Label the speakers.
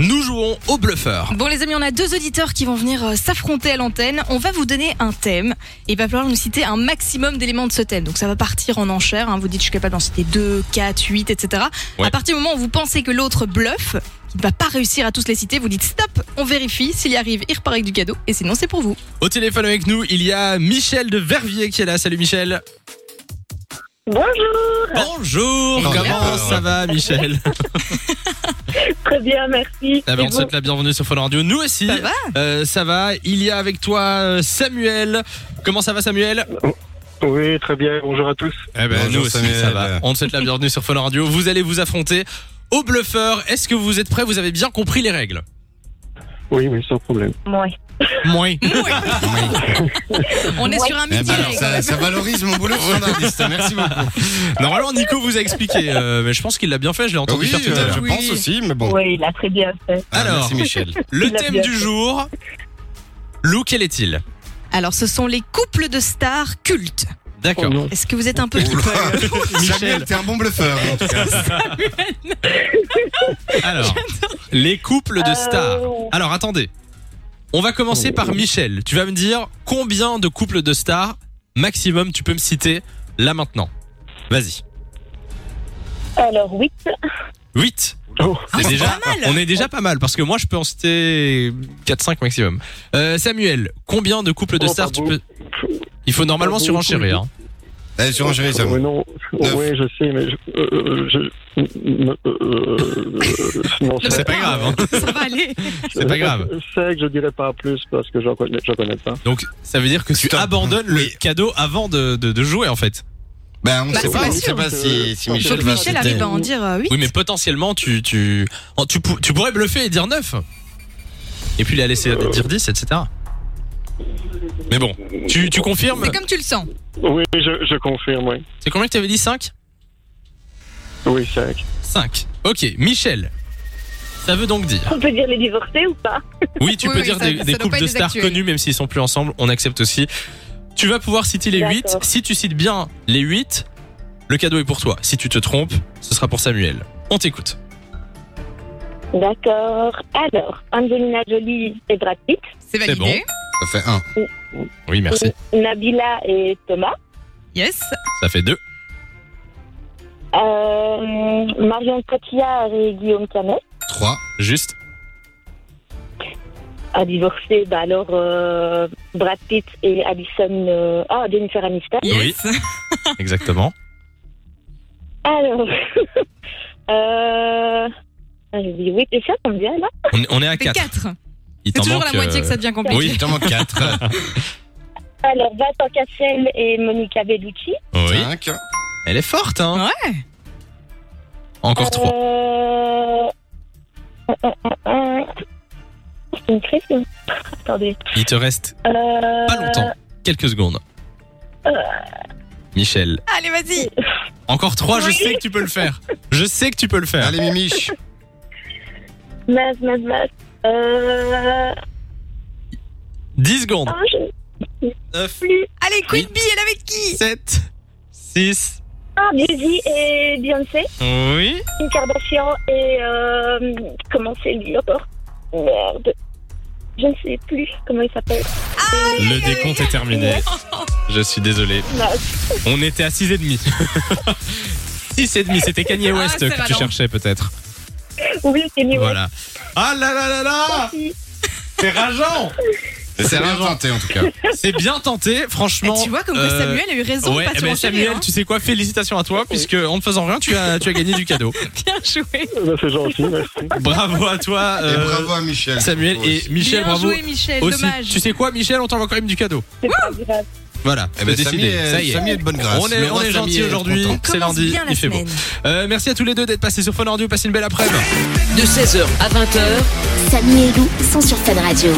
Speaker 1: Nous jouons au bluffeur.
Speaker 2: Bon les amis, on a deux auditeurs qui vont venir euh, s'affronter à l'antenne. On va vous donner un thème et il va falloir nous citer un maximum d'éléments de ce thème. Donc ça va partir en enchère. hein. Vous dites je suis capable d'en citer 2, 4, 8, etc.
Speaker 1: Ouais.
Speaker 2: À partir du moment où vous pensez que l'autre bluffe, qu'il ne va pas réussir à tous les citer, vous dites stop, on vérifie. S'il y arrive, il repart avec du cadeau. Et sinon c'est pour vous.
Speaker 1: Au téléphone avec nous, il y a Michel de Verviers qui est là. Salut Michel.
Speaker 3: Bonjour,
Speaker 1: Bonjour. Comment ça va Michel
Speaker 3: très bien, merci.
Speaker 1: Ah ben, On
Speaker 3: C'est
Speaker 1: te
Speaker 3: bon.
Speaker 1: souhaite la bienvenue sur Fun Radio. Nous aussi.
Speaker 2: Ça va
Speaker 1: Euh, ça va. Il y a avec toi euh, Samuel. Comment ça va Samuel
Speaker 4: Oui, très bien. Bonjour à tous.
Speaker 1: Eh ben,
Speaker 5: Bonjour,
Speaker 1: nous aussi,
Speaker 5: Samuel.
Speaker 1: ça va. On te souhaite la bienvenue sur Fun Radio. Vous allez vous affronter au bluffeur. Est-ce que vous êtes prêts Vous avez bien compris les règles
Speaker 4: Oui, oui, sans problème.
Speaker 3: Ouais.
Speaker 1: Moins.
Speaker 2: On est
Speaker 3: Ouais.
Speaker 2: sur un
Speaker 5: Eh
Speaker 2: midi.
Speaker 5: ben alors,
Speaker 2: les gars.
Speaker 5: ça, ça valorise mon boulot de journaliste. Merci beaucoup.
Speaker 1: Normalement, Nico vous a expliqué, euh, mais je pense qu'il l'a bien fait. Je l'ai entendu
Speaker 5: Oui,
Speaker 1: faire tout à
Speaker 5: euh,
Speaker 1: l'heure.
Speaker 5: je
Speaker 2: Oui.
Speaker 5: pense aussi, mais bon.
Speaker 3: Oui, il a très bien fait.
Speaker 5: Ah,
Speaker 1: Alors.
Speaker 5: merci Michel.
Speaker 1: Le
Speaker 3: Il l'a
Speaker 1: thème
Speaker 3: bien
Speaker 1: du
Speaker 3: fait.
Speaker 1: jour. Lou, quel est-il
Speaker 2: Alors ce sont les couples de stars cultes.
Speaker 1: D'accord.
Speaker 4: non.
Speaker 2: Est-ce que vous êtes un
Speaker 1: Oh,
Speaker 2: peu
Speaker 5: Oula.
Speaker 2: people
Speaker 5: Samuel, t'es un bon bluffeur. en tout cas.
Speaker 1: Alors, les couples
Speaker 3: Euh,
Speaker 2: Euh,
Speaker 1: de stars. Alors, attendez. On va commencer par Michel. Tu vas me dire combien de couples de stars maximum tu peux me citer là maintenant. Vas-y.
Speaker 3: Alors, 8,
Speaker 1: 8.
Speaker 4: Oh,
Speaker 2: Ah, c'est
Speaker 1: déjà,
Speaker 2: pas mal.
Speaker 1: on est déjà pas mal parce que moi je peux en citer 4-5 maximum. Euh, Samuel, combien de couples de
Speaker 4: Oh,
Speaker 1: stars
Speaker 4: pas
Speaker 1: tu
Speaker 4: beau.
Speaker 1: peux. Il faut normalement
Speaker 4: Pas beau,
Speaker 1: surenchérir. hein.
Speaker 5: Allez, sur un jury,
Speaker 4: oh,
Speaker 5: Samuel.
Speaker 4: non.
Speaker 5: Neuf.
Speaker 4: Oui, je sais, mais je. euh, je- euh, euh, non,
Speaker 1: C'est pas grave. hein.
Speaker 2: Ça va aller.
Speaker 1: c'est pas grave.
Speaker 4: Je sais que je dirais pas plus parce que je connais, je connais pas.
Speaker 1: Donc ça veut dire que tu
Speaker 5: Stop.
Speaker 1: abandonnes le
Speaker 5: Oui.
Speaker 1: cadeau avant de, de- de jouer en fait.
Speaker 5: Ben, on
Speaker 2: Bah,
Speaker 5: sait
Speaker 2: c'est
Speaker 5: pas,
Speaker 2: pas
Speaker 5: on sait
Speaker 2: sûr.
Speaker 5: pas si, si
Speaker 4: Faut
Speaker 2: Il faut
Speaker 5: Michel
Speaker 2: que
Speaker 5: va
Speaker 2: Michel
Speaker 5: citer.
Speaker 2: arrive à en dire euh, 8.
Speaker 1: Oui, mais potentiellement tu tu oh, tu, pour- tu pourrais bluffer et dire 9 Et puis la laisser dire 10 etc. Mais bon, tu, tu confirmes
Speaker 2: C'est comme tu le sens.
Speaker 4: Oui, je, je confirme, oui.
Speaker 1: C'est combien que t'avais dit 5
Speaker 4: Oui, cinq.
Speaker 1: 5. OK, Michel. Ça veut donc dire
Speaker 3: on peut dire les divorcés ou pas
Speaker 1: Oui, tu
Speaker 2: Oui,
Speaker 1: peux
Speaker 2: oui,
Speaker 1: dire
Speaker 2: ça-
Speaker 1: des,
Speaker 2: ça
Speaker 1: des
Speaker 2: doit
Speaker 1: couples
Speaker 2: pas
Speaker 1: de
Speaker 2: être
Speaker 1: stars
Speaker 2: actuel.
Speaker 1: connus, même s'ils sont plus ensemble, on accepte aussi. Tu vas pouvoir citer les 8.
Speaker 3: D'accord.
Speaker 1: Si tu cites bien les 8, le cadeau est pour toi. Si tu te trompes, ce sera pour Samuel. On t'écoute.
Speaker 3: D'accord. Alors, Angelina Jolie et Brad Pitt,
Speaker 2: C'est validé.
Speaker 1: bon.
Speaker 5: Ça fait un.
Speaker 1: Oui, merci.
Speaker 3: Nabila et Thomas,
Speaker 2: Yes.
Speaker 1: Ça fait 2.
Speaker 3: euh, Marion Cotillard et Guillaume Canet.
Speaker 5: 3.
Speaker 1: Juste.
Speaker 3: À divorcer, bah alors, euh, Brad Pitt et Addison. euh, ah, Jennifer Aniston.
Speaker 1: Oui.
Speaker 2: Yes.
Speaker 1: Exactement.
Speaker 3: Alors, euh, ah, je dis oui, et ça, combien là
Speaker 1: On, on est à
Speaker 2: C'est
Speaker 1: 4.
Speaker 2: 4.
Speaker 1: Il
Speaker 2: C'est
Speaker 1: t'en
Speaker 2: toujours la
Speaker 1: manque,
Speaker 2: moitié
Speaker 1: euh,
Speaker 2: que ça devient compliqué.
Speaker 5: Oui, il t'en manque 4.
Speaker 3: Alors, Vincent Cassel et Monica Bellucci.
Speaker 1: Oui.
Speaker 5: 5.
Speaker 1: Elle est forte, hein Encore 3.
Speaker 3: Euh... euh, euh, euh, C'est une crise. hein. Attendez.
Speaker 1: Il te reste
Speaker 3: Euh,
Speaker 1: pas longtemps. Quelques secondes. Euh. Michel.
Speaker 2: Allez, vas-y.
Speaker 1: Encore 3, je
Speaker 3: Oui.
Speaker 1: sais que tu peux le faire. Je sais que tu peux le faire.
Speaker 5: Allez, Mimiche.
Speaker 3: Mince, mince, mince. Euh...
Speaker 1: 10 secondes.
Speaker 3: ah, je-
Speaker 1: 9,
Speaker 2: Allez, Queen Bee, elle est avec qui
Speaker 1: 7, 6.
Speaker 3: Ah, Jay-Z et Beyoncé.
Speaker 1: Oui.
Speaker 3: Kim Kardashian et... Euh... Comment c'est lui encore Merde. Je ne sais plus comment il s'appelle.
Speaker 1: Le décompte est terminé. Je suis désolé.
Speaker 3: Mince.
Speaker 1: On était à 6,5. 6,5, c'était Kanye
Speaker 2: Ah,
Speaker 1: West
Speaker 2: c'est
Speaker 1: que tu
Speaker 2: ralent.
Speaker 1: cherchais peut-être.
Speaker 3: Oui, c'est mieux.
Speaker 1: Voilà. Ah là là là là
Speaker 3: Ah.
Speaker 1: C'est rageant
Speaker 5: C'est rien tenté, en tout cas.
Speaker 1: C'est bien tenté, franchement.
Speaker 2: Eh, tu vois, comme quoi
Speaker 1: euh,
Speaker 2: Samuel a eu raison
Speaker 1: Ouais,
Speaker 2: de pas hein.
Speaker 1: eh ben,
Speaker 2: se
Speaker 1: Samuel, tu sais quoi Félicitations à toi, puisque en ne faisant rien, tu as, tu as gagné du cadeau.
Speaker 2: Bien joué.
Speaker 4: Ben, c'est gentil, merci.
Speaker 1: Bravo à toi,
Speaker 5: Et
Speaker 1: euh,
Speaker 5: bravo à Michel.
Speaker 1: Samuel et Michel,
Speaker 2: Bien
Speaker 1: bravo
Speaker 2: joué, Michel.
Speaker 1: aussi.
Speaker 2: Dommage.
Speaker 1: Tu sais quoi, Michel, on t'envoie quand même du cadeau.
Speaker 3: C'est pas grave.
Speaker 1: Voilà,
Speaker 5: Eh ben,
Speaker 1: c'est
Speaker 5: Samy
Speaker 1: décidé.
Speaker 5: est-
Speaker 1: ça y est.
Speaker 5: Samy est de bonne grâce.
Speaker 1: On est-
Speaker 5: Le
Speaker 1: on
Speaker 5: roi
Speaker 1: est
Speaker 5: Samy
Speaker 1: gentil
Speaker 5: est
Speaker 1: aujourd'hui.
Speaker 5: content.
Speaker 2: On
Speaker 1: c'est
Speaker 2: commence
Speaker 1: lundi,
Speaker 2: bien la
Speaker 1: il fait beau.
Speaker 2: semaine.
Speaker 1: Euh, merci à tous les deux d'être passés sur Fun Radio. Passez une belle après-midi.
Speaker 6: De 16h à 20h,
Speaker 7: Samy et Lou sont sur Fan Radio.